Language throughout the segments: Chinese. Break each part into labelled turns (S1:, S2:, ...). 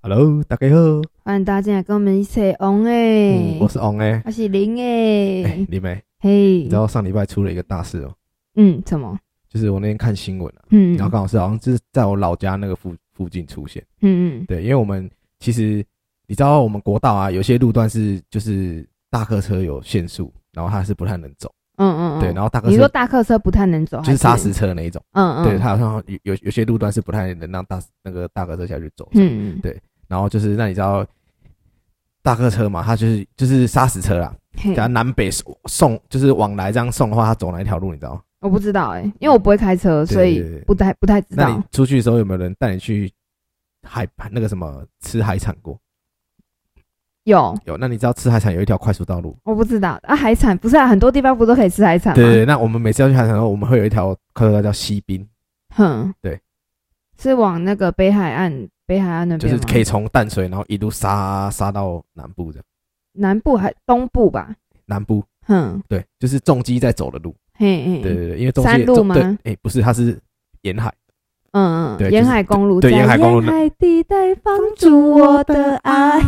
S1: Hello，大家好，
S2: 欢迎大家进来跟我们一起玩
S1: 嗯，
S2: 诶
S1: 我，是 On 哎、
S2: 我是林
S1: 哎、
S2: 诶，
S1: 李梅，你
S2: 嘿
S1: 知，道上礼拜出了一个大事哦、
S2: 嗯，怎么？
S1: 就是我那天看新闻啊，
S2: 嗯，
S1: 然后刚好是好像就是在我老家那个附附近出现，
S2: 嗯嗯
S1: 对，因为我们其实你知道我们国道啊，有些路段是就是大客车有限速，然后它是不太能走，
S2: 嗯嗯，嗯
S1: 对，然后大客
S2: 你说
S1: 车
S2: 大客车不太能走，
S1: 就是
S2: 还
S1: 砂石，车那一种，
S2: 嗯嗯，
S1: 对，它好像有有有些路段是不太能让大那个大客车下去走，
S2: 嗯嗯，
S1: 对然后就是那你知道大客车嘛，它就是就是砂石车啦，
S2: 嘿
S1: 假如南北送就是往来这样送的话，它走哪一条路你知道吗？
S2: 我不知道诶，因为我不会开车，
S1: 对
S2: 所
S1: 对对
S2: 以不太不太知
S1: 那你
S2: 道。
S1: 出去的时候有没有人带你去海那个什么吃海产过？
S2: 有，
S1: 有，那你知道吃海产有一条快速道路？
S2: 我不知道啊，海产不是啊，很多地方不都可以吃海产吗？
S1: 对对，对，那我们每次要去海产的时候，我们会有一条快速道路叫西滨，
S2: 嗯哼，
S1: 对，
S2: 是往那个北海岸，北海岸那
S1: 就
S2: 边
S1: 是
S2: 吗
S1: 可以从淡水然后一路杀杀到南部的
S2: 南部还东部吧？
S1: 南部，
S2: 哼，
S1: 对，就是重机在走的路。
S2: 嘿嘿，
S1: 对，对对，因为重机
S2: 嗯山路
S1: 重
S2: 吗
S1: 对，哎，不是，它是沿海。
S2: 嗯
S1: 对
S2: 嗯，
S1: 就
S2: 沿
S1: 是
S2: 海公路，
S1: 对
S2: 在
S1: 沿海公路那
S2: 沿海地带放逐我的爱。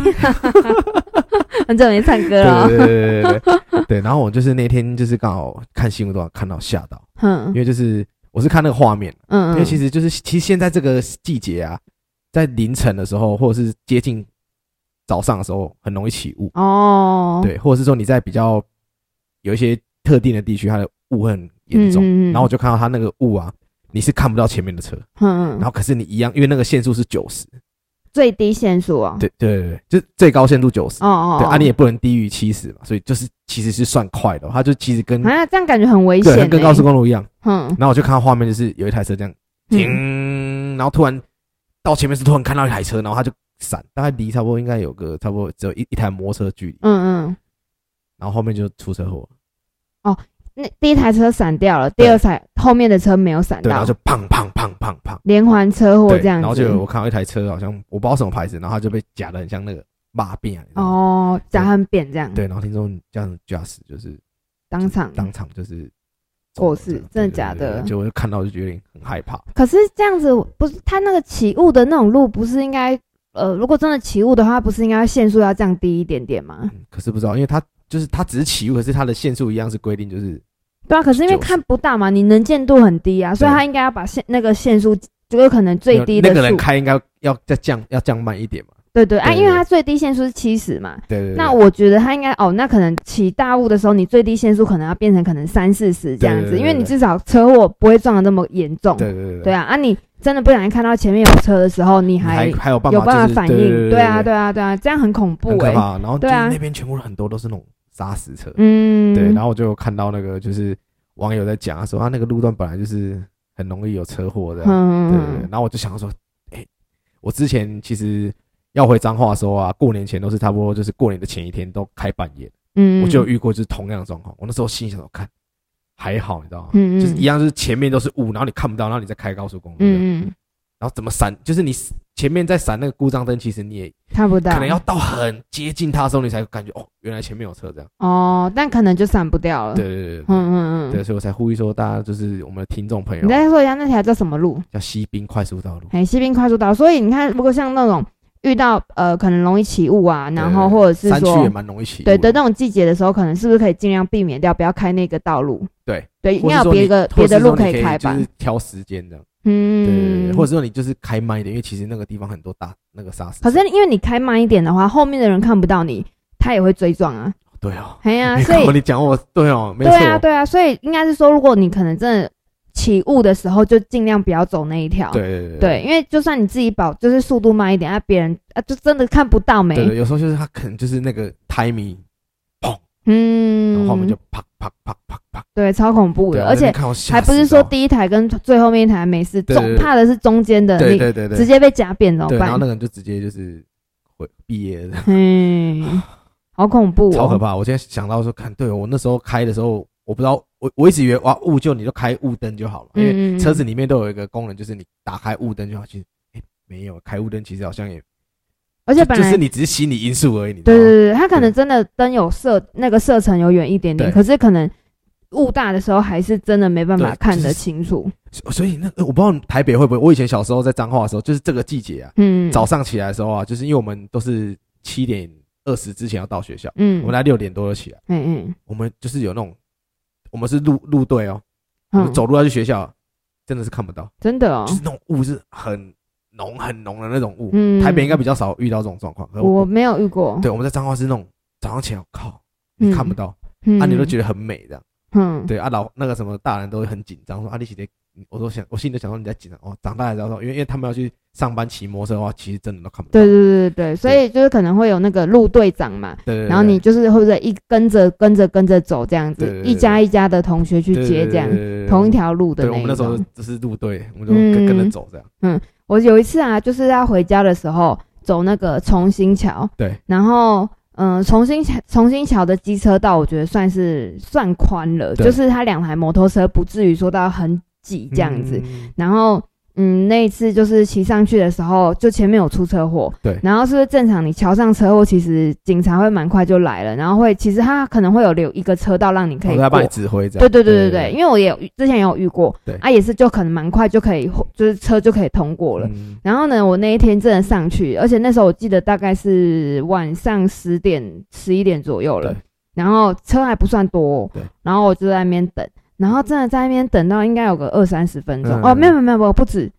S2: 很久没唱歌了哦，
S1: 对对对对对对 对。然后我就是那天就是刚好看新闻都看到吓到，
S2: 哼
S1: 因，为就是我是看那个画面，
S2: 嗯
S1: 因为其
S2: 实
S1: 实就是其实现在这个季节啊，在凌晨的时候或者是接近早上的时候，很容易起雾，
S2: 哦，
S1: 对，或者是说你在比较有一些特定的地区，它的雾会很
S2: 嗯，
S1: 严重。
S2: 嗯
S1: 然后我，就看到它那个雾啊，你是看不到前面的车，
S2: 嗯
S1: 然后可是你一样，因为那个限速是九十，
S2: 最低限速哦，
S1: 对对对对，就是最高限速九十、
S2: 哦哦，
S1: 对啊，你也
S2: 也
S1: 不能低于七十嘛，所以就是其实是算快的哦，它就其实跟
S2: 啊，这样感觉很危
S1: 对它
S2: 险，欸
S1: 跟高速，公路一样。
S2: 嗯
S1: 然后我就看到画面，就是有一台车这样
S2: 嗯
S1: 停，然后突然到前面是突然看到一台车，然后他就闪，大概离差不多应该有个差不多只有一一台摩托车距离，
S2: 嗯嗯，
S1: 然后后面就出车祸，
S2: 那第一台车闪掉了，第二台后面的车没有闪
S1: 对，然后
S2: 到
S1: 就，砰砰砰砰砰，
S2: 连环车祸
S1: 对，
S2: 哦这样子，
S1: 然后就有我看到一台车好像我不知道什么牌子，然后它就被夹的很像那个马鞭啊，你知道吗，
S2: 哦，假很扁这样，
S1: 对，然后听说这样驾驶就是
S2: 当场
S1: 当场就是
S2: 过世真的假的
S1: 就我就看到就觉得有点很害怕，
S2: 可是这样子不是他那个起雾的那种路，不是应该呃，如果真的起雾的话，不是应该限速要降低一点点吗？
S1: 嗯可是不知道，因为它就是它只是起雾，可是它的限速一样是规定就是
S2: 对啊，可是因为
S1: 就是
S2: 看不到嘛，你能见度很低啊，所以
S1: 对
S2: 他应该要把限那个限速就有可能最低的
S1: 那
S2: 速，
S1: 个人开应该要再降，要降慢一点嘛。
S2: 对对啊，
S1: 对对
S2: 因为他最低限速是七十嘛。
S1: 对对对。
S2: 那我觉得他应该哦，那可能起大雾的时候，你最低限速可能要变成可能三四十这样
S1: 对
S2: 子，
S1: 对对
S2: 因为你至少车祸不会撞的那么严重。
S1: 对对对
S2: 对啊，啊你真的不小心看到前面有车的时候，你
S1: 你还
S2: 还
S1: 还有办法
S2: 有办
S1: 就是
S2: 法反
S1: 对对
S2: 应。对啊，
S1: 对
S2: 对啊，对啊，这样很恐怖
S1: 很可
S2: 哎。
S1: 怕。然后就
S2: 对
S1: 是
S2: 啊
S1: 那边全部很多都是那种砂石车，
S2: 嗯，
S1: 对。然后我就有看到那个就是网友在讲啊，说啊那个路段本来就是很容易有车祸的，对
S2: 嗯，
S1: 对对。然后我就想说，哎，我之前其实要回彰化的时候啊，过年前都是差不多就是过年的前一天都开半夜，
S2: 嗯，
S1: 我就有遇过就是同样的状况。我那时候心里想说，看还好，你知道吗？
S2: 嗯嗯
S1: 就是一样，就是前面都是雾，然后你看不到，然后你再开高速公路，
S2: 嗯嗯
S1: 然后怎么闪，就是你前面在闪那个故障灯，其实你也
S2: 看不到，
S1: 可能要到很接近它的时候，你才感觉哦，原来前面有车这样。
S2: 哦，但可能就散不掉了。
S1: 对，对对对，
S2: 嗯嗯
S1: 对，
S2: 嗯。
S1: 所以我才呼吁说，大家就是我们的听众朋友
S2: 你再说一下那条叫什么路？
S1: 叫西滨快速道路，
S2: 哎，西滨快速道。所以你看，如果像那种遇到呃可能容易起雾啊，然后
S1: 对对对
S2: 或者是
S1: 山区也
S2: 说
S1: 蛮容易起雾
S2: 对的那种季节的时候，可能是不是可以尽量避免掉，不要开那个道路？
S1: 对
S2: 对，应
S1: 或
S2: 该
S1: 是
S2: 有
S1: 说
S2: 别
S1: 你
S2: 的
S1: 或
S2: 别
S1: 者
S2: 的
S1: 是说
S2: 路
S1: 你
S2: 可
S1: 可
S2: 以开吧
S1: 就？是挑时间这样。对对对
S2: 嗯，
S1: 对，或者说你就是开慢一点，因为其实那个地方很多大那个沙石车。
S2: 可是因为你开慢一点的话，后面的人看不到你，他也会追撞啊。
S1: 对哦，
S2: 哎呀，
S1: 没
S2: 所以
S1: 错，你讲我对哦，没
S2: 对
S1: 错，
S2: 啊，对啊，所以应该是说，如果你可能真的起雾的时候，就尽量不要走那一条。
S1: 对对对
S2: 对因为就算你自己保，就是速度慢一点，啊，别人啊，就真的看不到没
S1: 对。对，有时候就是他可能就是那个 timing，然后
S2: 嗯，
S1: 后面就啪啪啪啪啪，
S2: 对，超恐怖
S1: 对
S2: 的，
S1: 啊
S2: 而
S1: 那
S2: 且
S1: 看我吓
S2: 还不是
S1: 死
S2: 说
S1: 到
S2: 第一台跟最后面一台没事，
S1: 对对
S2: 重
S1: 对
S2: 怕的是中间的，
S1: 对
S2: 你
S1: 对对对，
S2: 直接被夹扁怎么
S1: 对，然后
S2: 办
S1: 那？个人就直接就是回毕业了，
S2: 嗯，好恐怖
S1: 超可
S2: 哦！
S1: 怕。我现在想到说，看，对我那时候开的时候，我不知道，我我一直以为哇雾就你就开雾灯就好了，因为
S2: 嗯嗯嗯
S1: 车子里面都有一个功能，就是你打开雾灯就好。其实、诶没有开雾灯，其实好像也
S2: 而且
S1: 就
S2: 本
S1: 就
S2: 来
S1: 是你只是心理因素而已，你知道
S2: 对
S1: 吗？
S2: 对对，他可
S1: 哦对
S2: 能真的灯有射那个射程有远一点点，
S1: 对
S2: 可是可能雾大的时候，还是真的没办法
S1: 对
S2: 看
S1: 就
S2: 得
S1: 是
S2: 清楚。
S1: 所所以那呃个我不知道台北会不会，我以前小时候在彰化的时候，就是这个季节啊，
S2: 嗯，
S1: 早上起来的时候啊，就是因为我们都是七点二十之前要到学校，
S2: 嗯，
S1: 我们来六点多就起来，
S2: 嗯嗯
S1: 我们就是有那种，我们是路路队哦，我
S2: 嗯，
S1: 们走路要去学校，真的是看不到，
S2: 真的哦
S1: 就，是那种雾是很浓很浓的那种雾，
S2: 嗯，
S1: 台北应该比较少遇到这种状况，可
S2: 我没有遇过，
S1: 对，我们在彰化是那种早上起来，靠，
S2: 嗯
S1: 你看不到，
S2: 嗯，
S1: 啊，你都觉得很美这样。
S2: 嗯，
S1: 对啊，老那个什么大人都会很紧张，说啊，你写的，我都想，我心里都想说你在紧张哦。长大了之后，因为因为他们要去上班骑摩托车的话，其实真的都看不到。
S2: 对对对对对，所以就是可能会有那个路队长嘛，
S1: 对对对
S2: 然后你就是会不会一跟着跟着跟着走这样
S1: 对
S2: 子
S1: 对，对
S2: 一家一家的同学去
S1: 对对
S2: 接
S1: 对
S2: 这样
S1: 对，对对
S2: 同一条路的
S1: 对，我
S2: 那
S1: 们
S2: 一
S1: 那时候
S2: 种。
S1: 就是路队，我们就跟跟着走这样。
S2: 我有一次啊，就是要回家的时候走那个重新桥，
S1: 对，
S2: 然后嗯、呃重新桥重新桥的机车道，我觉得算是算宽了，
S1: 对
S2: 就是它两台摩托车不至于说到很挤这样子。
S1: 嗯
S2: 然后嗯，那一次就是骑上去的时候，就前面有出车祸，
S1: 对
S2: 然后是不是正常你桥上车祸，其实警察会蛮快就来了，然后会其实他可能会有留一个车道让你可
S1: 我
S2: 以
S1: 在哦帮
S2: 过
S1: 你。指挥这
S2: 对
S1: 样。
S2: 对对对对，因为我也有之前也有遇过，
S1: 对
S2: 啊也是就可能蛮快就可以，就是车就可以通过了。
S1: 嗯
S2: 然后呢，我那一天真的上去，而且那时候我记得大概是晚上十点、十一点左右了
S1: 对，
S2: 然后车还不算多哦
S1: 对，
S2: 然后我就在那边等，然后真的在那边等到应该有个二三十分钟、
S1: 嗯
S2: 哦，没有没有没有没有，不止，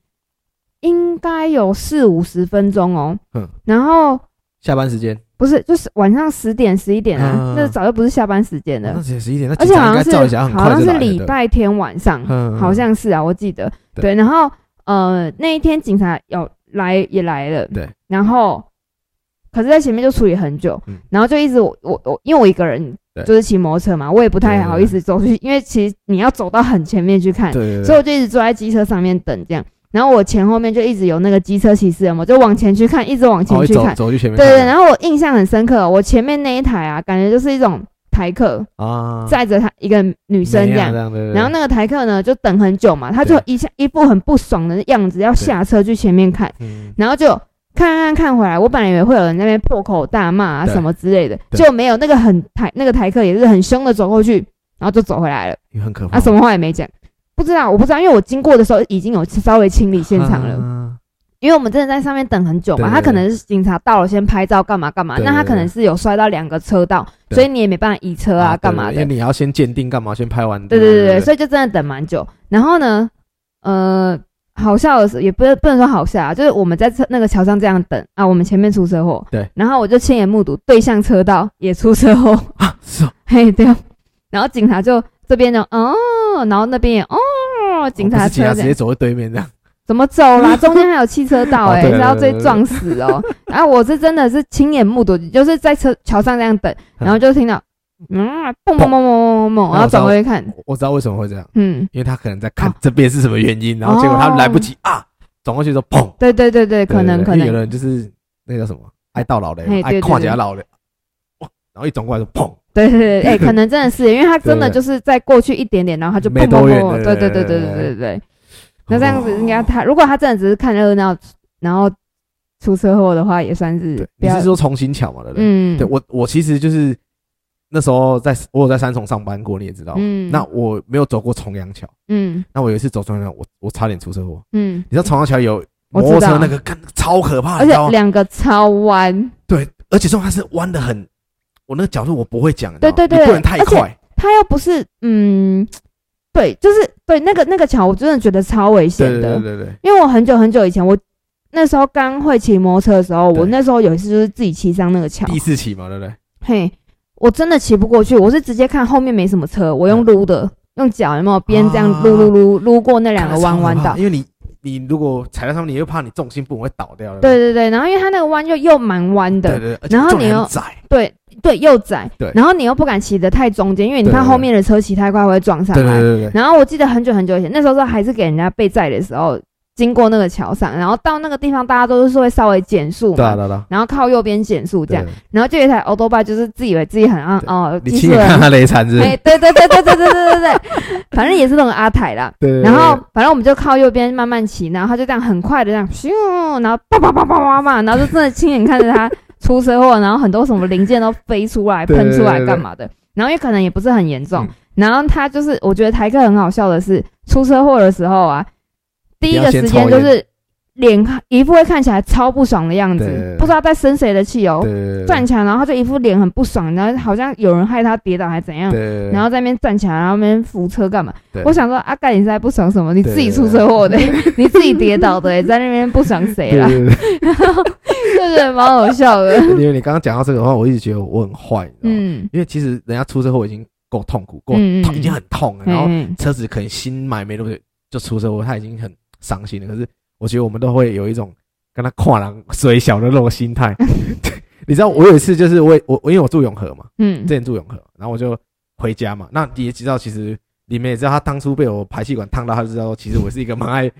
S2: 应该有四五十分钟哦，
S1: 嗯
S2: 然后
S1: 下班时间，
S2: 不是就是晚上十点、十一点啊，
S1: 嗯
S2: 那早就不是下班时间了
S1: 哦那，只有十一点，那
S2: 而
S1: 警
S2: 且
S1: 察
S2: 好像
S1: 应该照一
S2: 是
S1: 下，很
S2: 好
S1: 快
S2: 像
S1: 就是来
S2: 礼
S1: 了，
S2: 拜天晚上，
S1: 嗯
S2: 好像是啊，我记得
S1: 对
S2: 对。然后呃，那一天警察有来也来了，
S1: 对。
S2: 然后可是，在前面就处理很久，
S1: 嗯
S2: 然后就一直我我我，因为我一个人
S1: 对
S2: 就是骑摩托车嘛，我也不太
S1: 对对
S2: 好
S1: 对
S2: 意思走去，因为其实你要走到很前面去看
S1: 对，对对，
S2: 所以我就一直坐在机车上面等这样。然后我前后面就一直有那个机车骑士，有没有就往前去看，一直往前
S1: 哦
S2: 去
S1: 走
S2: 看。
S1: 走去前面
S2: 对
S1: 看，
S2: 对，然后我印象很深刻哦、我前面那一台啊，感觉就是一种台客
S1: 啊，
S2: 载着他一个女生这
S1: 没
S2: 样
S1: 啊这，样对对，
S2: 然后
S1: 呢，
S2: 那个台客呢，就等很久嘛，他就
S1: 对
S2: 一下一副很不爽的样子，要下车去前面看，
S1: 嗯
S2: 然后就看看看回来。我本来以为会有人在那边破口大骂啊
S1: 对
S2: 什么之类的，
S1: 对
S2: 就没有。那个很台那个台客也是很凶的走过去，然后就走回来了，
S1: 也很可怕
S2: 啊，什么话也没讲。不知道，我不知道，因为我经过的时候已经有稍微清理现场了，
S1: 了，
S2: 因为我们真的在上面等很久嘛，
S1: 对对
S2: 他可能是警察到了先拍照干嘛干嘛，
S1: 对对
S2: 那他可
S1: 对
S2: 能是有摔到两个车道，
S1: 对
S2: 所以你也没办法移车啊干
S1: 对
S2: 嘛的
S1: 对，因为你要先鉴定干嘛，先拍完，
S2: 对对对对，所以就真的等蛮久。然后呢，呃，好笑的是，也不是不能说好笑啊，就是我们在车那个桥上这样等啊，我们前面出车祸，
S1: 对，
S2: 然后我就亲眼目睹对向车道也出车祸，
S1: 啊，是哦
S2: 嘿对哦，然后警察就这边就哦，然后那边也哦，警
S1: 不
S2: 察
S1: 是
S2: 车
S1: 警察
S2: 这
S1: 直
S2: 样
S1: 接走到对面这样，
S2: 怎么走啦？ 中间还有汽车道、
S1: 哦
S2: 欸，哎、
S1: 对
S2: 是要
S1: 对
S2: 被
S1: 对对
S2: 撞死哦。 然后我是真的是亲眼目睹，就是在车桥上这样等，然后就听到嗯，砰砰砰砰砰砰砰，然后转过去看，
S1: 我我知道为什么会这样，
S2: 嗯。
S1: 因为他可能在看这边是什么原因，然后结果
S2: 哦
S1: 他来不及啊，转过去说砰，
S2: 对对对对，可能
S1: 对对对
S2: 可
S1: 因为有
S2: 能，
S1: 人就是那叫什么爱到老的
S2: 嘿，对
S1: 爱
S2: 对
S1: 跨
S2: 对
S1: 家老的，哇然后一转过来就砰，
S2: 对对 对，哎，可能真的是，因为他真的就是再过去一点点，然后他就
S1: 没
S2: 蹦蹦
S1: 多远
S2: 蹦，对
S1: 对对
S2: 对对对
S1: 对
S2: 对
S1: 对
S2: 对对。那这样子应该他，如果他真的只是看热闹，然后出车祸的话，也算是
S1: 对，
S2: 比
S1: 你
S2: 较
S1: 是说重新巧嘛，对不对？
S2: 嗯，
S1: 对我我其实就是那时候在我有在三重上班过，你也知道，
S2: 嗯
S1: 那我没有走过重阳桥，
S2: 嗯
S1: 那我有一次走重阳桥，我我差点出车祸，
S2: 嗯，
S1: 你知道啊重阳桥有。
S2: 我
S1: 摩
S2: 知
S1: 托车
S2: 道
S1: 那个干超可怕，
S2: 而
S1: 你知
S2: 且
S1: 道吗？
S2: 两个超弯，
S1: 对，而且重点是弯的很，我那个角度我不会讲，你
S2: 对
S1: 知道吗
S2: 对
S1: 你
S2: 对
S1: 不能太
S2: 而且
S1: 快，
S2: 他又不是嗯，对，就是对那个那个桥，我真的觉得超危险
S1: 对对
S2: 的
S1: 对，对对，
S2: 因为我很久很久以前我。那时候刚会骑摩托车的时候，我
S1: 对
S2: 那时候有一次就是自己骑上那个桥，
S1: 第四期嘛，对不对？
S2: 嘿，我真的骑不过去，我是直接看后面没什么车，我用撸的，用脚有没有边这样
S1: 嗯啊
S2: 撸撸撸撸过那两个弯弯
S1: 看得超可
S2: 道
S1: 怕。因为你你如果踩在上面，你又怕你重心不稳会倒掉，
S2: 对对对，然后因为它那个弯又又蛮弯
S1: 不对对
S2: 的，
S1: 对，而且
S2: 然后
S1: 重
S2: 你
S1: 点很
S2: 又
S1: 窄，
S2: 对对又窄
S1: 对，
S2: 然后你又不敢骑得太中间，因为你
S1: 对
S2: 怕
S1: 对对
S2: 后面的车骑太快会撞上
S1: 对对
S2: 来。
S1: 对对对，
S2: 然后我记得很久很久以前，那时候还是给人家被载的时候，经过那个桥上，然后到那个地方大家都是会稍微减速
S1: 对啊
S2: 嘛，
S1: 对啊对啊，
S2: 然后靠右边减速这样
S1: 对，，
S2: 然后就有一台 o l d b i 就是自以为自己很啊
S1: 对
S2: 哦，
S1: 你
S2: 技
S1: 亲
S2: 术
S1: 眼
S2: 很
S1: 看他雷惨是不是，
S2: 哎，对对对对对对对对对，反正也是那种阿台啦。
S1: 对对，对
S2: 然后反正我们就靠右边慢慢骑，然后他就这样很快的这样咻，然后叭叭叭叭叭叭，然后就真的亲眼看着他出车祸，然后很多什么零件都飞出来、
S1: 对对
S2: 喷
S1: 对
S2: 出来
S1: 对对
S2: 干嘛的。然后也可能也不是很严重
S1: 嗯，
S2: 然后他就是，我觉得台客很好笑的是，出车祸的时候啊，第
S1: 不
S2: 一
S1: 要
S2: 个
S1: 先
S2: 时间就
S1: 抽烟
S2: 是脸一副会看起来超不爽的样
S1: 对对对
S2: 子，不知道在生谁的气哦，
S1: 对对对
S2: 站起来，然后他就一副脸很不爽，然后好像有人害他跌倒还怎样
S1: 对，对，
S2: 然后在那边站起来，然后那边扶车干嘛？
S1: 对
S2: 我想说，阿盖你是在不爽什么？你
S1: 对
S2: 自己出车祸的、 你自己跌倒的、 在那边不爽谁
S1: 对
S2: 啦？
S1: 对对 对， 哦
S2: 就觉得蛮好笑的。
S1: 因为你刚刚讲到这个的话，我一直觉得我很坏，你知道吗？
S2: 嗯，
S1: 因为其实人家出车祸已经够痛苦，够
S2: 嗯嗯
S1: 痛
S2: 嗯
S1: 已经很痛了，然后
S2: 嗯
S1: 车子可能新买没多久就出车祸，他已经很伤心了。可是我觉得我们都会有一种跟他跨狼虽小的那种心态。你知道我有一次就是我我我因为我住永和嘛，
S2: 嗯
S1: 之前住永和，然后我就回家嘛。那你也知道，其实你们也知道，他当初被我排气管烫到，他就知道其实我是一个蛮爱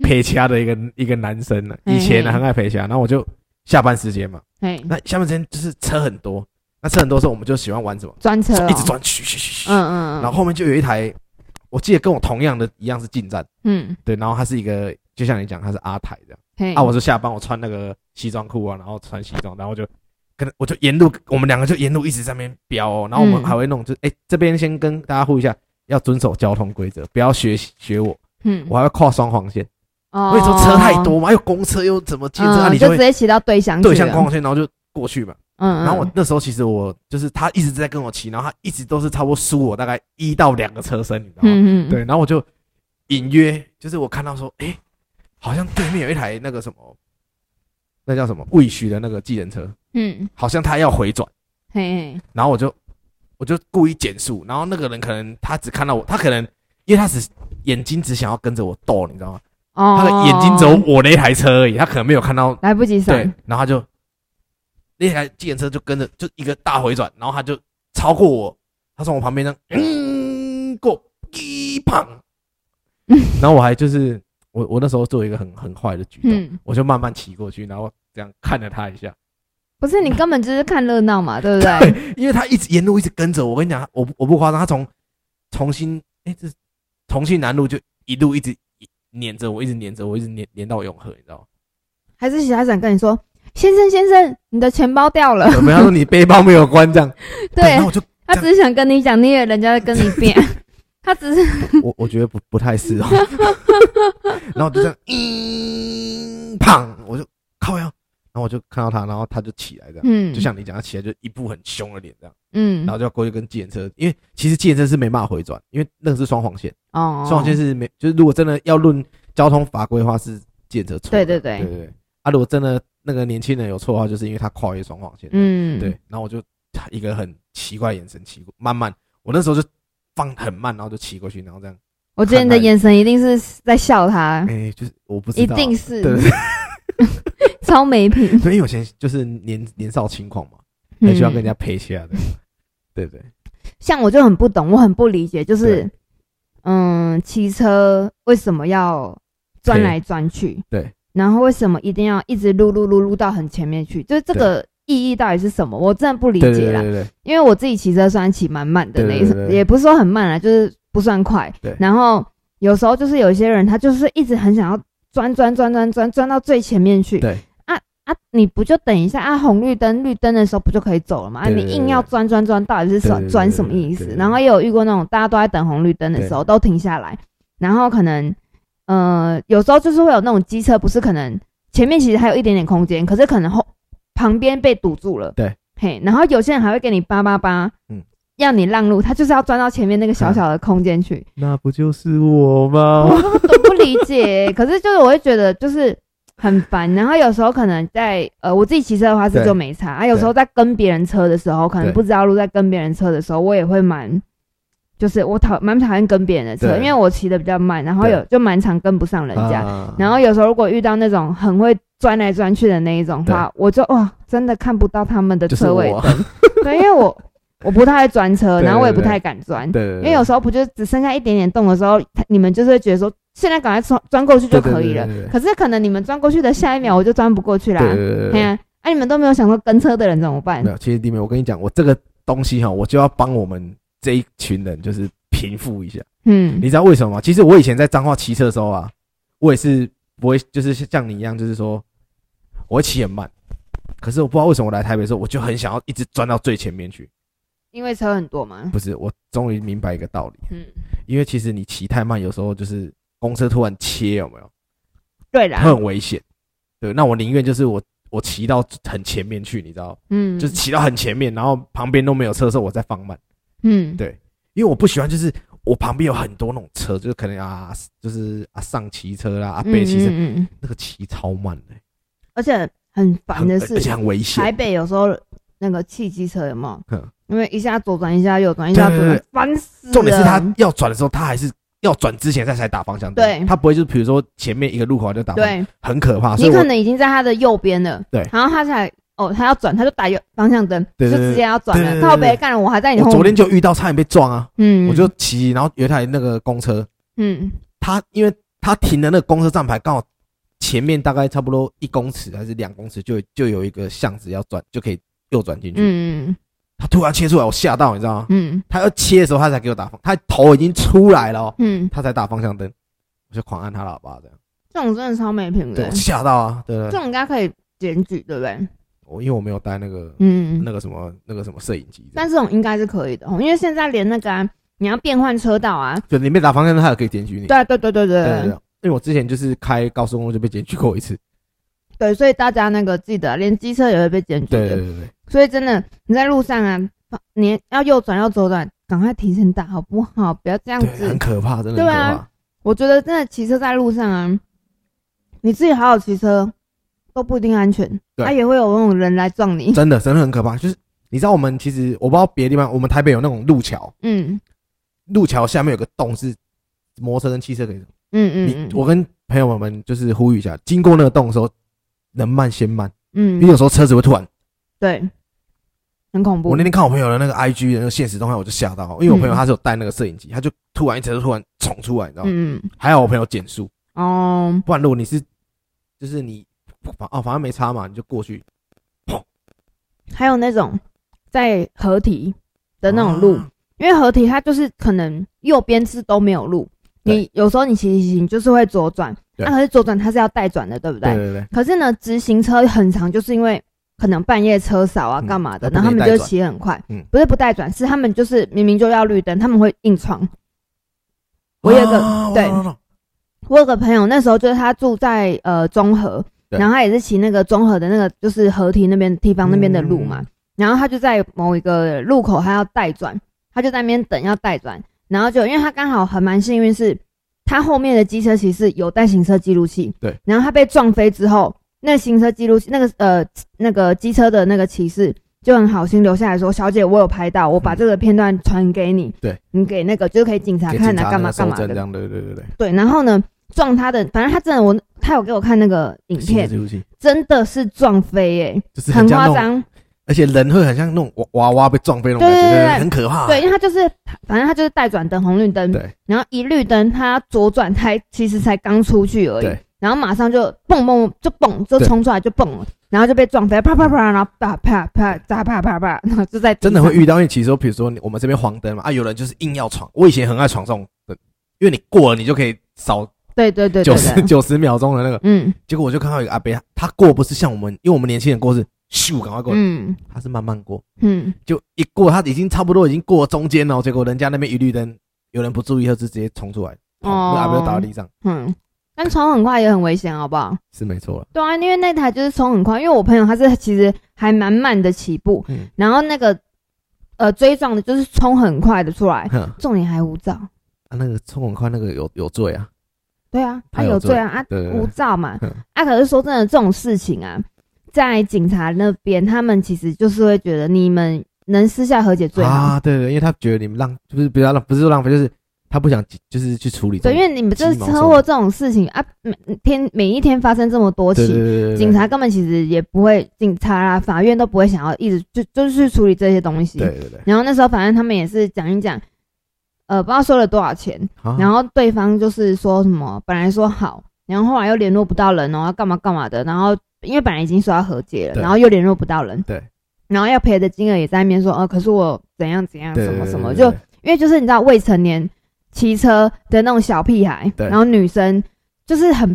S1: 陪掐的一个一个男生了。以前呢
S2: 嘿嘿
S1: 很爱陪掐，然后我就下班时间嘛，
S2: 哎，
S1: 那下班时间就是车很多，那车很多的时候我们就喜欢玩什么，
S2: 专车、哦、
S1: 一直，转，嘘嘘嘘嘘，
S2: 嗯嗯，嗯
S1: 然后后面就有一台，我记得跟我同样的一样是进站，
S2: 嗯，
S1: 对，然后他是一个，就像你讲，他是阿台这样。
S2: 嘿，
S1: 啊，我就下班我穿那个西装裤啊，然后穿西装，然后就跟我就沿路，我们两个就沿路一直在那边飙、哦，然后我们
S2: 嗯
S1: 还会弄，就哎、这边先跟大家呼吁一下，要遵守交通规则，不要学学我，
S2: 嗯，
S1: 我还会跨双黄线，
S2: 我
S1: 我跟你说车太，多嘛，又公车又怎么进车，啊
S2: 嗯，
S1: 你就会
S2: 直接骑到对象去
S1: 对
S2: 了，嗯
S1: 向跨黄线，然后就过去嘛。
S2: 啊嗯，嗯，
S1: 然后我那时候其实我就是他一直在跟我骑，然后他一直都是差不多输我大概一到两个车身，你知道吗？
S2: 嗯嗯，
S1: 对，然后我就隐约就是我看到说，哎、好像对面有一台那个什么，那叫什么未许的那个计程车，
S2: 嗯，
S1: 好像他要回转，
S2: 嘿嘿，
S1: 然后我就我就故意减速，然后那个人可能他只看到我，他可能因为他只眼睛只想要跟着我斗，你知道吗？
S2: 哦，
S1: 他的眼睛只有我那台车而已，他可能没有看到，
S2: 来不及
S1: 对
S2: 闪，，
S1: 然后他就那台计程车就跟着就一个大回转，然后他就超过我，他从我旁边这 样嗯过一棒，然后我还就是我我那时候做一个很很坏的举动，
S2: 嗯，
S1: 我就慢慢骑过去，然后这样看了他一下，
S2: 不是你根本就是看热闹嘛，对 不对？
S1: 因为他一直沿路一直跟着我，我跟你讲，我不我不夸张，他从重新哎、这是重庆南路就一路一直撵着我，一直撵着我，一直撵撵到永和，你知道 吗？
S2: 还是小孩想跟你说，先生先生，你的钱包掉了。
S1: 有没有他说你背包没有关这样？
S2: 对
S1: 然后我就
S2: 他只是想跟你讲，你以为人家在跟你 辩，他只是
S1: 我我觉得不不太是 哦。然后我就这样，嗯，砰，我就靠呀，然后我就看到他，然后他就起来这样，
S2: 嗯，
S1: 就像你讲，他起来就一副很凶的脸这样，
S2: 嗯
S1: 然后就要过去跟计程车，因为其实计程车是没办法回转，因为那个是双黄线，
S2: 哦，
S1: 双黄线是没，就是如果真的要论交通法规的话，是计程车错的，
S2: 对对
S1: 对
S2: 对
S1: 对对，啊，如果真的那个年轻人有错的话，就是因为他跨越双黄线，
S2: 嗯
S1: 对，，然后我就一个很奇怪的眼神骑过，慢慢，我那时候就放很慢，然后就骑过去，然后这样。
S2: 我觉得你的眼神一定是在笑他，
S1: 哎、就是我不知
S2: 一
S1: 道，
S2: 定
S1: 对对
S2: 是
S1: 对，
S2: 超没品，
S1: 所以有些就是年年少轻狂嘛，很需要跟人家
S2: 嗯
S1: 陪一下的，对不对？
S2: 像我就很不懂，我很不理解，就是
S1: 对
S2: 嗯，骑车为什么要钻
S1: 对
S2: 来钻去？
S1: 对，
S2: 然后为什么一定要一直撸撸撸撸到很前面去？就是这个意义到底是什么？我真的不理
S1: 对对
S2: 解
S1: 对
S2: 啦。
S1: 对对，
S2: 因为我自己骑车虽然骑蛮慢的
S1: 对
S2: 那
S1: 对
S2: 一
S1: 对
S2: 种，
S1: 对对
S2: 也不是说很慢啦，就是不算快。
S1: 对
S2: 然后有时候就是有一些人，他就是一直很想要钻钻钻钻钻钻到最前面去。
S1: 对。
S2: 啊啊！你不就等一下啊？红绿灯绿灯的时候不就可以走了吗？啊，
S1: 对对
S2: 你
S1: 对
S2: 硬要钻钻钻，到底是
S1: 对对
S2: 钻
S1: 对
S2: 钻什么意
S1: 对
S2: 思
S1: 对？对
S2: 然后也有遇过那种大家都在等红绿灯的时候都停下来，然后可能呃有时候就是会有那种机车，不是可能前面其实还有一点点空间，可是可能后旁边被堵住了。
S1: 对，
S2: 嘿，然后有些人还会给你叭叭叭，
S1: 嗯
S2: 嗯，要你让路，他就是要钻到前面那个小小的空间去。
S1: 那不就是我 吗？
S2: 我都不理解、 可是就是我会觉得就是很烦，然后有时候可能在呃我自己骑车的话是
S1: 对
S2: 就没差啊，有时候在跟别人车的时候，可能
S1: 对
S2: 不知道路，在跟别人车的时候，我也会蛮。就是我讨蛮讨厌跟别人的车，
S1: 对
S2: 因为我骑的比较慢，然后
S1: 对
S2: 有就蛮常跟不上人家。
S1: 啊
S2: 然后有时候如果遇到那种很会钻来钻去的那一种的话，我就哇真的看不到他们的
S1: 就是
S2: 车
S1: 我，
S2: 位
S1: 对
S2: 灯， 对，因为我我不太爱钻车，
S1: 对
S2: 然后我也
S1: 对
S2: 不
S1: 对
S2: 太敢钻，
S1: 对对，
S2: 因为有时候不就是只剩下一点点洞的时候，他你们就是会觉得说，现在赶快钻钻过去就可以了。
S1: 对对
S2: 可是可能你们钻过去的下一秒，我就钻不过去啦。
S1: 对对对啊
S2: 哎
S1: 对，
S2: 呀，哎、你们都没有想过跟车的人怎么办
S1: 没？有。其实弟妹，我跟你讲，我这个东西哈，我就要帮我们这一群人就是平复一下。
S2: 嗯
S1: 你知道为什么吗？其实我以前在彰化骑车的时候啊，我也是不会，就是像你一样，就是说我会骑很慢。可是我不知道为什么我来台北的时候，我就很想要一直钻到最前面去。
S2: 因为车很多嘛。
S1: 不是，我终于明白一个道理，
S2: 嗯，
S1: 因为其实你骑太慢，有时候就是公车突然切，有没有？
S2: 对啦，
S1: 很危险。对，那我宁愿就是我我骑到很前面去，你知道，
S2: 嗯，
S1: 就是骑到很前面，然后旁边都没有车的时候，我再放慢，
S2: 嗯，
S1: 对因为我不喜欢就是我旁边有很多那种车，就是可能啊，就是啊上骑车啦，阿
S2: 阿
S1: 贝骑车，
S2: 嗯嗯嗯，
S1: 那个骑超慢的、
S2: 而且很烦
S1: 很
S2: 的
S1: 而
S2: 是，
S1: 且很危
S2: 台
S1: 险。
S2: 北有时候那个汽机车有没有
S1: 嗯？
S2: 因为一下左转一下右转一下
S1: 对
S2: 左
S1: 对
S2: 转
S1: 对，
S2: 烦死了。
S1: 重点是他要转的时候，他还是要转之前他才打方向灯，
S2: 对
S1: 他不会就是比如说前面一个路口他就打方向，
S2: 对
S1: 很可怕。啊所
S2: 你
S1: 以我
S2: 可能已经在他的右边了，
S1: 对
S2: 然后他才哦，他要转，他就打右方向灯，就
S1: 对对对
S2: 直接要转
S1: 对对
S2: 了。
S1: 对
S2: 靠北干了，我还在你
S1: 我
S2: 后
S1: 昨
S2: 面
S1: 天，就遇到差点被撞啊，
S2: 嗯，
S1: 我就骑，然后有一台那个公车，
S2: 嗯
S1: 他因为他停的那个公车站牌刚好前面大概差不多一公尺还是两公尺就就有一个巷子要转，就可以右转进去。
S2: 嗯
S1: 他突然切出来，我吓到，你知道吗？
S2: 嗯
S1: 他要切的时候，他才给我打方，他头已经出来了、哦，
S2: 嗯，
S1: 他才打方向灯，我就狂按他喇叭这样，
S2: 这种真的超没品
S1: 对
S2: 的
S1: 我，吓到啊，对不
S2: 这
S1: 对？
S2: 种应该可以检举，对不对？
S1: 我因为我没有带那个、
S2: 嗯，
S1: 那个什么那个什么摄影机这样，
S2: 但这种应该是可以的，哦因为现在连那个啊，你要变换车道啊，
S1: 就你没打方向灯，他也可以检举你。
S2: 对啊对对对
S1: 对对对
S2: 对，
S1: 因为我之前就是开高速公路就被检举过一次，
S2: 对，所以大家那个记得啊，连机车也会被检举
S1: 对
S2: 的
S1: 对，对对，
S2: 所以真的你在路上啊，你要右转要左转，赶快提前打好不好？不要这样
S1: 对
S2: 子
S1: 很。可怕，真的
S2: 对
S1: 很可
S2: 啊
S1: 怕。
S2: 我觉得真的骑车在路上啊，你自己好好骑车都不一定安全，
S1: 对
S2: 他、也会有那种人来撞你。
S1: 真的真的很可怕。就是你知道，我们其实我不知道别的地方，我们台北有那种路桥，
S2: 嗯
S1: 路桥下面有个洞是摩托车跟汽车可以走。
S2: 嗯
S1: 你
S2: 嗯嗯
S1: 我跟朋友们就是呼吁一下，经过那个洞的时候，能慢先慢，因为
S2: 嗯，
S1: 有时候车子会突然。
S2: 对，很恐怖。
S1: 我那天看我朋友的那个 IG 的那个现实动态，我就吓到，因为我朋友
S2: 嗯
S1: 他是有带那个摄影机，他就突然一车就突然冲出来，你知道吗？
S2: 嗯嗯
S1: 还好我朋友减速，
S2: 哦，
S1: 不然如果你是就是你反哦反正没差嘛，你就过去
S2: 还有那种在合体的那种路，
S1: 啊
S2: 因为合体它就是可能右边是都没有路，
S1: 对
S2: 你有时候你骑骑骑你就是会左转，
S1: 对
S2: 那、可是左转它是要带转的，对不
S1: 对对对，
S2: 可是呢，直行车很长，就是因为可能半夜车少啊，
S1: 嗯
S2: 干嘛的，
S1: 它
S2: 然
S1: 不
S2: 后
S1: 给
S2: 他
S1: 你带
S2: 们就
S1: 转
S2: 骑很快，
S1: 嗯
S2: 不是不带转，是他们就是明明就要绿灯，他们会硬闯。我有一个、
S1: 啊
S2: 对
S1: 我懂我懂
S2: 我有个朋友，那时候就是他住在呃中和，
S1: 对
S2: 然后他也是骑那个中和的那个就是河堤那边地方那边的路嘛，
S1: 嗯
S2: 然后他就在某一个路口他要带转，他就在那边等要带转，然后就因为他刚好很蛮幸运是，他后面的机车其实有带行车记录器，
S1: 对，
S2: 然后他被撞飞之后，那行车记录器那个呃那个机车的那个骑士就很好心留下来说，小姐我有拍到，我把
S1: 嗯
S2: 这个片段传给你，
S1: 对，
S2: 你给那个就是可以警察
S1: 给
S2: 看
S1: 警
S2: 啊
S1: 察
S2: 干嘛
S1: 那个
S2: 干嘛
S1: 搜证
S2: 的
S1: 这，样，对对对对
S2: 对，然后呢，撞他的，反正他真的我，他有给我看那个影
S1: 对，行车
S2: 片，
S1: 记录器
S2: 真的是撞飞耶、
S1: 就是
S2: 很
S1: 像那
S2: 夸
S1: 种
S2: 张。
S1: 而且人会很像那种娃娃娃被撞飞那种感觉，
S2: 对对对对
S1: 很可怕。
S2: 对，因为他就是，反正他就是带转灯红绿灯，
S1: 啊对
S2: 然后一绿灯他左转他其实才刚出去而已
S1: 对，
S2: 然后马上就蹦蹦就蹦就
S1: 对
S2: 冲出来就蹦了，然后就被撞飞，啪啪啪，然后啪啪啪啪啪啪啪，然后就在地
S1: 真的
S2: 上
S1: 会遇到，因为其实说比如说你我们这边黄灯嘛，啊，有人就是硬要闯。我以前很爱闯这种灯，因为你过了你就可以少
S2: 对对对对
S1: 九十
S2: 对，
S1: 九十秒钟的那个。
S2: 嗯
S1: 结果我就看到有个阿伯，他他过不是像我们，因为我们年轻人过是咻赶快过，
S2: 嗯
S1: 他是慢慢过，
S2: 嗯，
S1: 就一过他已经差不多已经过中间了，结果人家那边一绿灯，有人不注意他就直接冲出来，
S2: 哦
S1: 那阿伯就倒在地上，
S2: 嗯，但冲很快也很危险，好不好？
S1: 是没错了。
S2: 对啊，因为那台就是冲很快，因为我朋友他是其实还蛮慢的起步，
S1: 嗯
S2: 然后那个呃追撞的就是冲很快的出来，
S1: 哼， 啊
S2: 重点还无照。
S1: 那个冲很快那个有有罪啊，
S2: 对啊，他
S1: 他有
S2: 有罪啊，啊
S1: 对对对
S2: 无 照嘛
S1: 嗯。
S2: 啊，可是说真的，这种事情啊，在警察那边，他们其实就是会觉得你们能私下和解最好。
S1: 啊，对对，因为他觉得你们浪，就是不要浪，不是说浪费，就是他不想就是去处理这
S2: 对，
S1: 种。
S2: 因为你们这
S1: 鸡毛
S2: 车
S1: 蒜
S2: 祸这种事情啊，每天每一天发生这么多
S1: 对
S2: 起，
S1: 对对对对，
S2: 警察根本其实也不会，警察啊、法院都不会想要一直就就是去处理这些东西。
S1: 对对对，
S2: 然后那时候反正他们也是讲一讲，呃，不知道收了多少钱，
S1: 啊
S2: 然后对方就是说什么本来说好，然后后来又联络不到人哦，要干嘛干嘛的，然后因为本来已经说要和解了，
S1: 对
S2: 然后又联络不到人，
S1: 对，
S2: 然后要赔的金额也在那边说，呃，可是我怎样怎样
S1: 对
S2: 什么
S1: 对
S2: 什么，
S1: 对对
S2: 就因为就是你知道未成年骑车的那种小屁孩，
S1: 对
S2: 然后女生就是很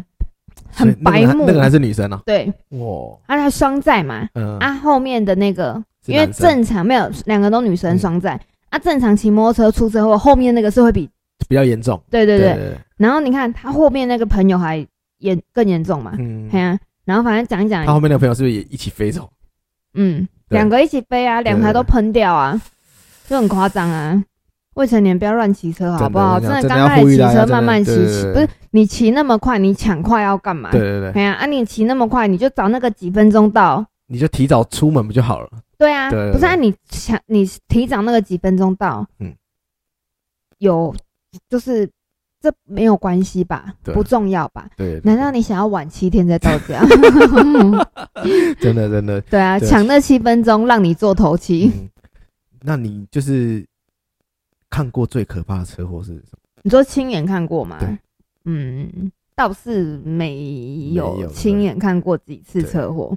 S2: 很
S1: 所以那个
S2: 白
S1: 还
S2: 目
S1: 那，个还是女生啊，
S2: 对，
S1: 哇，
S2: 啊，她双载嘛，
S1: 嗯
S2: 啊，后面的那个
S1: 是
S2: 因为
S1: 男生
S2: 正常没有两个都女生
S1: 嗯
S2: 双载、啊，正常骑摩托车出车祸，后面那个是会比
S1: 比较严重，
S2: 对对对，
S1: 对，
S2: 然后你看他后面那个朋友还严更严重嘛，
S1: 嗯
S2: 嘿，啊，然后反正讲一
S1: 他
S2: 讲，
S1: 后面那个朋友是不是也一起飞走？
S2: 嗯，
S1: 对
S2: 两个一起飞啊，两台都喷掉啊，就很夸张啊。未成年不要乱骑车哦好不好？
S1: 真的我想真
S2: 真的
S1: 的
S2: 刚
S1: 要
S2: 开
S1: 呼
S2: 始
S1: 吁
S2: 骑
S1: 大家
S2: 车
S1: 真的
S2: 慢慢骑
S1: 对对，对
S2: 不是你骑那么快，你抢快要干嘛？
S1: 对对对，
S2: 哎呀，啊你骑那么快，你就找那个几分钟到。
S1: 你就提早出门不就好了？
S2: 对啊，
S1: 对对
S2: 不是啊，
S1: 对
S2: 你抢你提早那个几分钟到，
S1: 嗯，
S2: 有就是这没有关系吧？
S1: 对
S2: 不重要吧？
S1: 对，对
S2: 难道你想要晚七天才到 家？
S1: 真的真的？
S2: 对啊，
S1: 对
S2: 抢那七分钟让你做头七，
S1: 嗯那你就是看过最可怕的车祸是什么？
S2: 你说亲眼看过吗
S1: 对？
S2: 嗯，倒是没
S1: 没
S2: 有
S1: 有
S2: 亲眼看过几次车祸。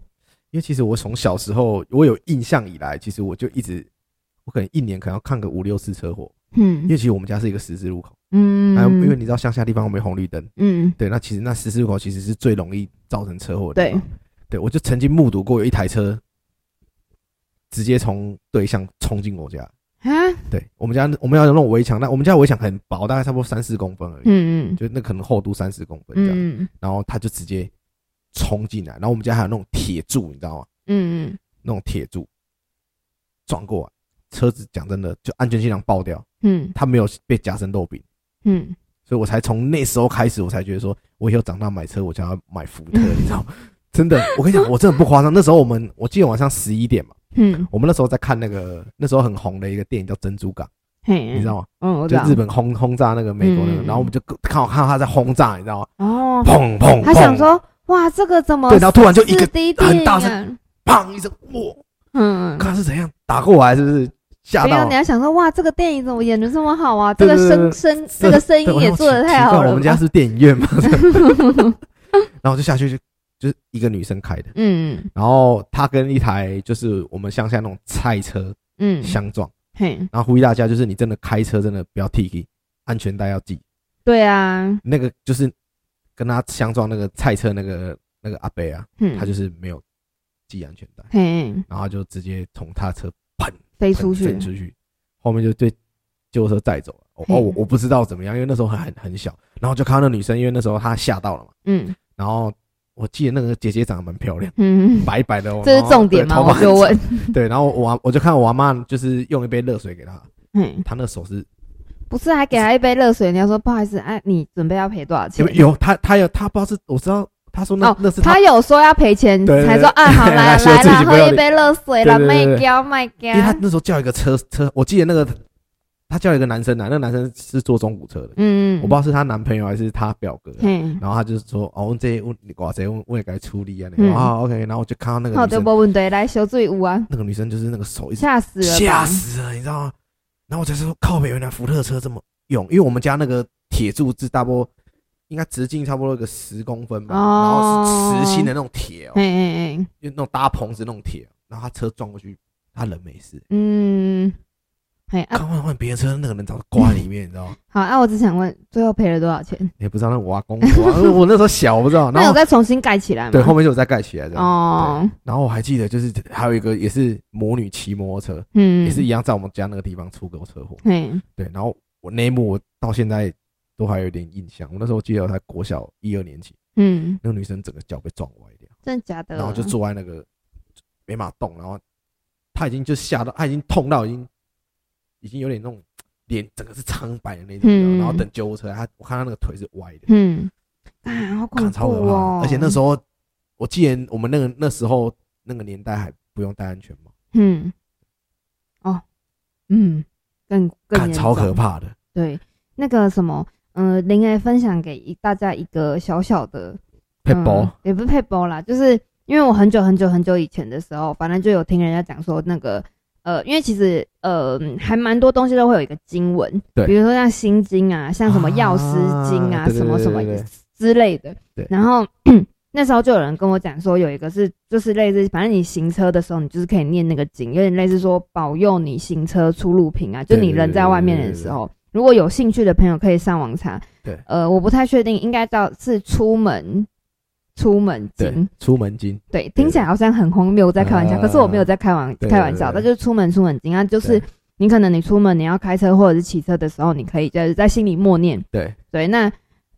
S1: 因为其实我从小时候我有印象以来，其实我就一直。我可能一年可能要看个五六次车祸，因
S2: 嗯
S1: 为其实我们家是一个十字路口，
S2: 嗯
S1: 那、因为你知道乡下地方我们有红绿灯，
S2: 嗯
S1: 对，那其实那十字路口其实是最容易造成车祸的地
S2: 对
S1: 方。对，我就曾经目睹过有一台车直接从对向冲进我家。
S2: 啊
S1: 对我们家我们要有那种围墙，那我们家围墙很薄，大概差不多三四公分而已，
S2: 嗯嗯
S1: 就那可能厚度三十公分这样。
S2: 嗯
S1: 然后他就直接冲进来，然后我们家还有那种铁柱，你知道吗？
S2: 嗯
S1: 那种铁柱撞过来，车子讲真的就安全气囊爆掉，
S2: 嗯
S1: 他没有被夹生肉饼。
S2: 嗯
S1: 所以我才从那时候开始，我才觉得说，我以后长大买车，我想要买福特，你知道 吗？真的，我跟你讲，我真的不夸张。那时候我们，我记得晚上十一点嘛，
S2: 嗯，
S1: 我们那时候在看那个那时候很红的一个电影叫《珍珠港》，
S2: 嘿，
S1: 你知道吗？
S2: 嗯，我知
S1: 就
S2: 道
S1: 日。本轰轰炸那个美国那个，
S2: 嗯
S1: 然后我们就看我看到他在轰炸，你知道吗？
S2: 哦，
S1: 砰砰，
S2: 他想
S1: 砰
S2: 说，哇，这个怎么
S1: 对，然后突然就一
S2: 四
S1: 个
S2: D
S1: 很大声
S2: 声，
S1: 砰一声，哇，
S2: 啊嗯，
S1: 看是怎样打过来，是不是吓
S2: 没有，
S1: 到
S2: 你？要想说，哇，这个电影怎么演的这么好啊？这个
S1: 对对对
S2: 声声这个声
S1: 对
S2: 音
S1: 我
S2: 也
S1: 想
S2: 做的
S1: 奇
S2: 太
S1: 奇怪
S2: 好了吧。
S1: 我们家是电影院 嘛，然后我就下去就就是一个女生开的。
S2: 嗯
S1: 然后他跟一台就是我们乡下那种菜车
S2: 嗯，
S1: 相撞，
S2: 嘿，
S1: 然后呼吁大家就是你真的开车真的不要 T K，安全带要系。
S2: 对啊，
S1: 那个就是跟他相撞那个菜车那个那个阿伯啊，
S2: 嗯，
S1: 他就是没有系安全带，
S2: 嘿
S1: 然后他就直接从他车喷
S2: 飞出去
S1: 喷，出去，后面就被救护车载走了。哦，
S2: 嗯
S1: 哦我我不知道怎么样，因为那时候还很很小，然后就看到那女生，因为那时候她吓到了嘛，
S2: 嗯
S1: 然后我记得那个姐姐长得蛮漂亮，
S2: 嗯，
S1: 白白的哦，
S2: 这
S1: 然
S2: 是
S1: 后
S2: 重点
S1: 对
S2: 吗？
S1: 头发
S2: 我就
S1: 很
S2: 问，
S1: 对，然后我阿我就看我阿妈就是用一杯热水给他，
S2: 嘿，
S1: 他那手是
S2: 不是还给他一杯热水？你要说不好意思，哎，你准备要赔多少钱
S1: 有？有他他有他不知道是我知道他说那、
S2: 哦
S1: 那是
S2: 他有说要赔钱，
S1: 对对对
S2: 才说啊，好来
S1: 来修
S2: 来
S1: 自己
S2: 啦，
S1: 不
S2: 喝
S1: 要
S2: 一
S1: 脸
S2: 杯热水啦，
S1: 对对
S2: 卖
S1: 对对
S2: 胶卖嗯胶
S1: 因为，他那时候叫一个车车，我记得那个他叫一个男生啊来，那个男生是坐中古车的，
S2: 嗯，
S1: 我不知道是他男朋友还是他表哥。啊
S2: 嘿，
S1: 然后他就是说，哦，问这些问哇这些问我也该处理啊，
S2: 嗯
S1: 那啊 OK，然后我就看到那个
S2: 好
S1: 女
S2: 的，
S1: 生，
S2: 没问题，来小醉舞啊，
S1: 那个女生就是那个手一直
S2: 吓死了吧，
S1: 吓死了，你知道吗？然后我才说靠北，原来福特车这么用，因为我们家那个铁柱子大波应该直径差不多有个十公分吧，
S2: 哦
S1: 然后是实心的那种铁哦、
S2: 嘿嘿嘿，
S1: 就那种搭棚子那种铁，然后他车撞过去，他人没事，
S2: 嗯，嘿啊，
S1: 看换换别的车，那个人早就挂在里面，你知道吗？
S2: 好啊，我只想问，最后赔了多少钱？
S1: 也不知道那我阿公，我阿我那时候小，我不知道，然
S2: 那有
S1: 后。
S2: 再重新盖起来吗？
S1: 对，后面就有再盖起来这样。
S2: 哦，
S1: 然后我还记得，就是还有一个也是魔女骑摩托车，
S2: 嗯，
S1: 也是一样在我们家那个地方出过车祸。
S2: 嘿，
S1: 对，然后我那一幕我到现在都还有点印象。我那时候记得她国小一二年级，
S2: 嗯，
S1: 那个女生整个脚被撞歪掉，
S2: 真的假的？
S1: 然后就坐在那个没法动，然后她已经就吓到，她已经痛到已经已经有点那种脸整个是苍白的那种，
S2: 嗯
S1: 然后等救护车，她我看她那个腿是歪的，
S2: 嗯，啊，好恐
S1: 看超可
S2: 怖哦
S1: 怕。！而且那时候我记得我们那个那时候那个年代还不用戴安全帽，
S2: 嗯，哦，嗯，更更
S1: 看
S2: 严
S1: 超可
S2: 重。
S1: 怕的。
S2: 对，那个什么，嗯，林来分享给一大家一个小小的
S1: 配
S2: 嗯
S1: 包，
S2: 也不是配包啦，就是因为我很久很久很久以前的时候，反正就有听人家讲说那个呃，因为其实呃嗯还蛮多东西都会有一个经文，
S1: 对
S2: 比如说像心经啊，像什么药师经啊，
S1: 啊对对
S2: 什么
S1: 对
S2: 什么
S1: 对对
S2: 之类的。
S1: 对
S2: 然后 那时候就有人跟我讲说，有一个是就是类似，反正你行车的时候，你就是可以念那个经，有点类似说保佑你行车出入平安，就
S1: 对
S2: 你人在外面的时候。如果有兴趣的朋友可以上网查，
S1: 对
S2: 呃，我不太确定，应该叫是出门出门
S1: 对
S2: 金，，
S1: 出门金，
S2: 对，听起来好像很荒谬，我在开玩笑，
S1: 啊
S2: 可是我没有在开玩
S1: 对对
S2: 开玩笑，
S1: 对
S2: 那就是出门出门金啊，就是
S1: 对
S2: 你可能你出门你要开车或者是骑车的时候，你可以就是在心里默念，
S1: 对
S2: 对，那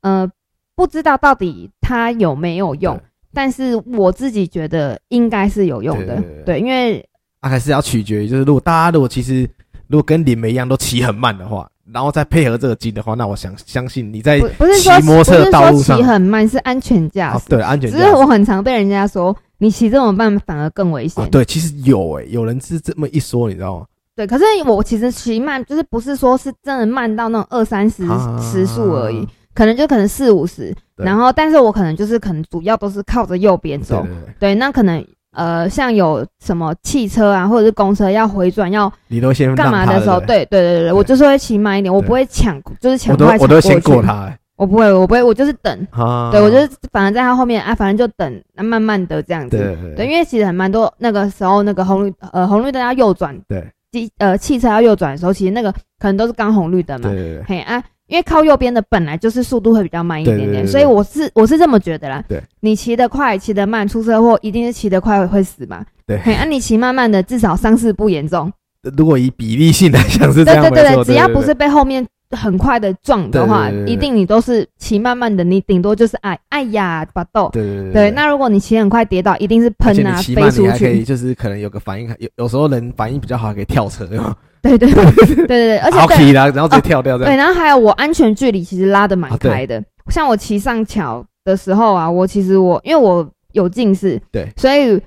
S2: 呃不知道到底它有没有用
S1: 对，
S2: 但是我自己觉得应该是有用的
S1: 对对，
S2: 对，因为
S1: 啊，还是要取决于，就是如果大家如果其实如果跟李梅一样都骑很慢的话，然后再配合这个金的话，那我相相信你在
S2: 不不是说
S1: 哎骑摩
S2: 不
S1: 托车
S2: 是
S1: 的道
S2: 说
S1: 路上
S2: 骑很慢是安全驾
S1: 啊
S2: 驶，
S1: 对安全
S2: 只
S1: 驾
S2: 是我
S1: 驶
S2: 很常被人家说你骑这么慢反而更危
S1: 啊
S2: 险，，
S1: 对，其实有诶、有人是这么一说，你知道吗？
S2: 对，可是我其实骑慢，就是不是说是真的慢到那种二三十
S1: 啊
S2: 时速而已，可能就可能四五十，
S1: 对
S2: 然后但是我可能就是可能主要都是靠着右边
S1: 对
S2: 走，
S1: 对对，
S2: 对，那可能呃像有什么汽车啊或者是公车要回转要
S1: 你都先让
S2: 干嘛
S1: 他
S2: 的时候，
S1: 对
S2: 对对对对，我就是会骑慢一点，我
S1: 对
S2: 不会抢，就是抢
S1: 不对，
S2: 快
S1: 我都我都
S2: 抢
S1: 先
S2: 过
S1: 过
S2: 去，
S1: 他、欸、
S2: 我不会，我不会，我就是等，
S1: 啊，
S2: 对我就是反正在他后面啊，反正就等，啊慢慢的这样子，
S1: 对对
S2: 对，因为其实很蛮多那个时候那个红绿呃红绿灯要右转，
S1: 对，
S2: 机呃汽车要右转的时候，其实那个可能都是刚红绿灯嘛，
S1: 对对对
S2: 嘿啊，因为靠右边的本来就是速度会比较慢一点点，
S1: 对对对对
S2: 所以我是我是这么觉得啦。
S1: 对，
S2: 你骑得快，骑得慢，出车祸一定是骑得快会会死嘛。
S1: 对
S2: 嘿啊，你骑慢慢的，至少伤势不严重。
S1: 如果以比例性来讲是这
S2: 对
S1: 样
S2: 对
S1: 没
S2: 对
S1: 错，
S2: 只要不是被后面很快的撞的话，
S1: 对对对对对
S2: 一定你都是骑慢慢的，你顶多就是哎哎呀把豆。
S1: 对对对
S2: 对，那如果你骑很快跌倒，一定是
S1: 而且
S2: 喷
S1: 你
S2: 啊
S1: 骑
S2: 飞
S1: 慢你
S2: 出
S1: 还可
S2: 去
S1: 以。就是可能有个反应，有有时候人反应比较好，还可以跳车，对吧？
S2: 对对对对对，而且
S1: 好
S2: 对
S1: 骑啦，然后直接跳掉这样。
S2: 对，然后还有我安全距离其实拉的蛮
S1: 啊对
S2: 开的，像我骑上桥的时候啊，我其实我因为我有近视，
S1: 对，
S2: 所以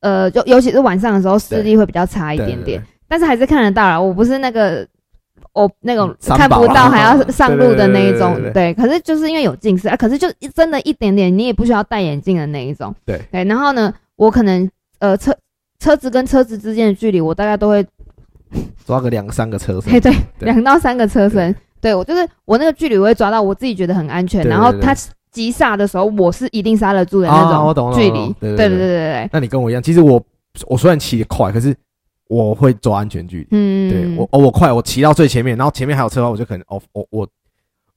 S2: 呃，就尤其是晚上的时候视力会比较差一
S1: 对
S2: 点点，
S1: 对对
S2: 但是还是看得到啦。我不是那个我那种
S1: 三
S2: 看
S1: 宝
S2: 不
S1: 啊
S2: 到还要上路的那一
S1: 对对对对
S2: 种，
S1: 对对
S2: 可是就是因为有近视啊，可是就真的一点点，你也不需要戴眼镜的那一种，
S1: 对
S2: 对。然后呢，我可能呃车车子跟车子之间的距离，我大概都会
S1: 抓个两三个车身
S2: 对，对，
S1: 对
S2: 两到三个车身，对我就是我那个距离我会抓到我自己觉得很安全，
S1: 对对
S2: 然后
S1: 对
S2: 他急刹的时候我是一定刹得住的那
S1: 啊我懂
S2: 种
S1: 了
S2: 距
S1: 我
S2: 离
S1: 懂，对
S2: 对
S1: 对
S2: 对对
S1: 对
S2: 对对，
S1: 那你跟我一样，其实我我虽然骑得快，可是我会抓安全距离。对
S2: 嗯，
S1: 我哦，我快，我骑到最前面，然后前面还有车的话，我就可能哦，我我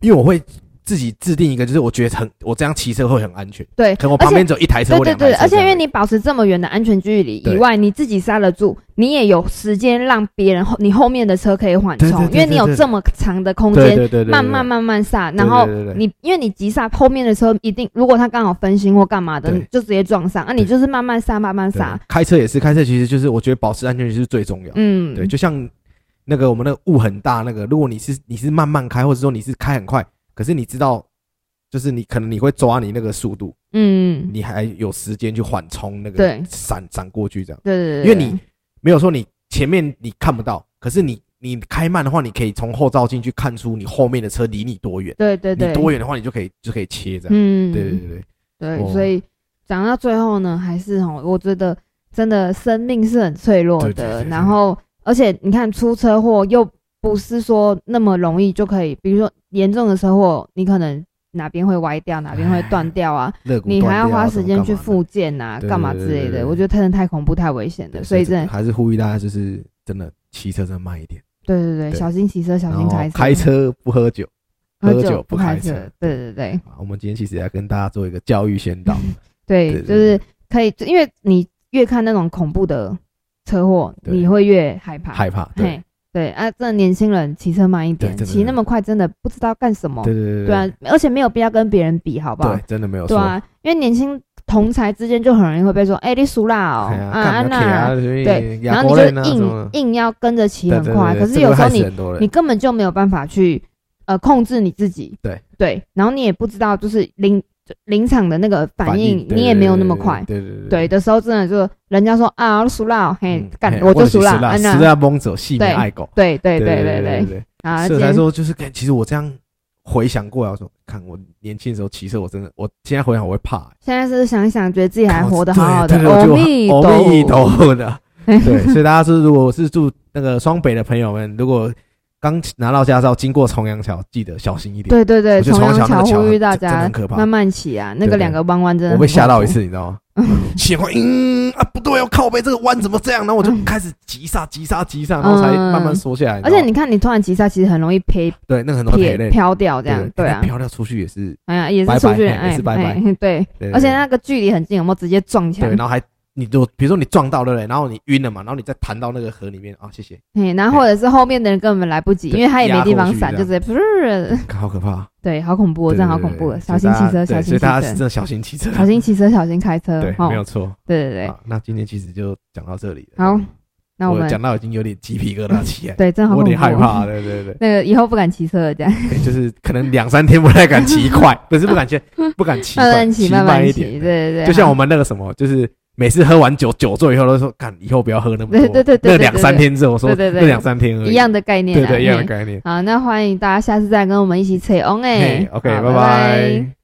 S1: 因为我会自己制定一个，就是我觉得很我这样骑车会很安全，
S2: 对
S1: 可能我
S2: 而
S1: 旁
S2: 且
S1: 边只有一台车
S2: 对
S1: 或
S2: 对
S1: 两
S2: 对，
S1: 台车这样。
S2: 而且因为你保持这么远的安全距离以
S1: 对
S2: 外，你自己刹得住，你也有时间让别人后你后面的车可以缓
S1: 对对
S2: 冲，
S1: 对
S2: 因为你有
S1: 对对
S2: 这么长的空
S1: 对对
S2: 间，
S1: 对对对，
S2: 慢慢慢慢刹，
S1: 对，
S2: 然后
S1: 对对对对
S2: 你因为你急刹，后面的车一定，如果他刚好分心或干嘛的，
S1: 对
S2: 你就直接撞上。啊，你
S1: 对
S2: 就是慢慢刹，慢慢刹。
S1: 对开车也是，开车其实就是我觉得保持安全距离是最重要的。
S2: 嗯，
S1: 对，就像那个我们那个雾很大那个，如果你是你是慢慢开，或者说你是开很快，可是你知道，就是你可能你会抓你那个速度，
S2: 嗯，
S1: 你还有时间去缓冲那个
S2: 对
S1: 闪闪过去这样，
S2: 对对对，
S1: 因为你没有说你前面你看不到，可是你你开慢的话，你可以从后照镜去看出你后面的车离你多远，
S2: 对对对
S1: 你多远的话，你就可以就可以切这样。
S2: 嗯，
S1: 对对对对，
S2: 对
S1: 哦
S2: 所以讲到最后呢，还是哦，我觉得真的生命是很脆弱的，
S1: 对对对对
S2: 然后而且你看出车祸又不是说那么容易就可以，比如说严重的车祸，你可能哪边会歪掉，哪边会断掉啊，
S1: 肋骨
S2: 你还要
S1: 断掉啊
S2: 花时
S1: 什
S2: 间
S1: 么
S2: 去
S1: 干嘛的
S2: 复健啊，
S1: 对对
S2: 干嘛
S1: 对
S2: 之类
S1: 对
S2: 的，
S1: 对
S2: 我觉得真的太恐怖、太危险
S1: 对
S2: 的，所以真的，
S1: 还是呼吁大家，就是真的骑车真的慢一点，
S2: 对对对，
S1: 对
S2: 小心骑车，小
S1: 然
S2: 心
S1: 后
S2: 开车，
S1: 开车不喝酒。
S2: 喝
S1: 喝
S2: 酒
S1: 酒
S2: 不
S1: 不
S2: 开
S1: 开车
S2: 对对对。
S1: 啊，我们今天其实要跟大家做一个教育宣导，
S2: 对，
S1: 对对
S2: 就是可以，因为你越看那种恐怖的车祸，
S1: 对
S2: 你会越害怕。
S1: 害怕，对
S2: 嘿，对啊，真的年轻人骑车慢一点，
S1: 对真的
S2: 骑那么快真的不知道干什么。
S1: 对对
S2: 对啊，而且没有必要跟别人比，好不好
S1: 对，？真的没有
S2: 对
S1: 错，
S2: 啊，因为年轻同才之间就很容易会被说，哎，你熟啦哦，
S1: 哎呀
S2: 啊啊
S1: 干不了起
S2: 那
S1: 啊，，对
S2: 对，然后你就硬
S1: 硬
S2: 硬要跟着骑很快，可是有时候你你根本就没有办法去呃控制你自己，
S1: 对
S2: 对，然后你也不知道就是临临场的那个反应，
S1: 对
S2: 你也没有那么快，
S1: 对对
S2: 对的时候，真的就人家说啊，熟了，嘿
S1: 嗯，
S2: 干
S1: 嘿
S2: 我就
S1: 是
S2: 熟了，
S1: 啦
S2: 安
S1: 死
S2: 娜，
S1: 在蒙走，戏迷
S2: 对
S1: 爱狗，
S2: 对对
S1: 对
S2: 对对
S1: 对
S2: 对啊，
S1: 所
S2: 今
S1: 以才
S2: 天
S1: 说就是，干其实我这样回想过来，我说看我年轻的时候骑车，我真的，我现在回想我会怕，
S2: 现在是想一想，觉得自己还
S1: 看我
S2: 活得好好的
S1: 哦对，对
S2: 阿
S1: 对我
S2: 弥
S1: 就阿弥
S2: 陀
S1: 陀
S2: 佛，
S1: 佛的，对，所以大家是如果是住那个双北的朋友们，如果刚拿到驾照，经过重阳桥，记得小心一点。
S2: 对对对，
S1: 我觉得
S2: 重阳
S1: 重阳桥那个桥
S2: 呼吁大
S1: 真真的
S2: 家
S1: 很可怕
S2: 慢慢骑啊，那
S1: 对
S2: 个
S1: 对
S2: 两个弯弯真的
S1: 我
S2: 很
S1: 被吓
S2: 恐
S1: 到
S2: 怖
S1: 一，次，你知道吗？ 奇怪，嗯啊，不对哦，靠背这个弯怎么这样？然后我就开始急刹、急刹、急刹，然后才慢慢缩下来。
S2: 嗯而
S1: 知道
S2: 且
S1: 吗
S2: 你看你突然急刹，其实很容易撇
S1: 对那个很多
S2: 撇
S1: 赔累，
S2: 飘掉这样
S1: 对，
S2: 对啊，
S1: 飘掉出去也是，
S2: 哎呀也
S1: 拜
S2: 是出
S1: 拜
S2: 去，
S1: 嘿
S2: 哎
S1: 也是拜拜
S2: 哎 对，
S1: 对
S2: 而且那个距离很近，有没有直接撞
S1: 对，
S2: 墙
S1: 对？然后还你就比如说你撞到对不对？然后你晕了嘛，然后你再弹到那个河里面啊，谢谢，
S2: 哎，然后或者是后面的人根本来不及，
S1: 对
S2: 因为他也没地方闪，
S1: 压
S2: 就
S1: 过
S2: 直接噗儿，
S1: 好可怕，
S2: 对，好恐怖哦，
S1: 对
S2: 真的好
S1: 对对
S2: 恐怖哦，
S1: 对
S2: 小心骑车，
S1: 所
S2: 小
S1: 以大家对
S2: 心骑
S1: 所以大家
S2: 车
S1: 真，的小心骑车，
S2: 小心骑车，小心开车，
S1: 对，
S2: 哦
S1: 没有，错。
S2: 对对对，
S1: 好那今天其实就讲到这里了。
S2: 好，那我
S1: 我
S2: 们
S1: 讲到已经有点鸡皮疙瘩起来，
S2: 对，真的好
S1: 我有
S2: 恐
S1: 点
S2: 怖
S1: 害
S2: 哦，
S1: 怕，对对 对。
S2: 那个以后不敢骑车了，这样。
S1: 对就是可能两三天不太敢骑快，不是不敢骑，不敢 骑快，
S2: 慢慢骑，
S1: 骑
S2: 慢慢
S1: 慢一
S2: 骑，对
S1: 点。
S2: 对对，啊
S1: 就像我们那个什么，就是每次喝完酒酒醉以后都说，干以后不要喝那么多。
S2: 对对对对
S1: 那
S2: 对
S1: 两三天之后，我说
S2: 对对对
S1: 那两三天而已，
S2: 一样的概念
S1: 对
S2: 啊，
S1: 对一样的
S2: 嘿
S1: 概念。
S2: 好，那欢迎大家下次再跟我们一起扯 on 哎
S1: 嘿，OK，
S2: 好
S1: 拜
S2: 拜。
S1: 拜。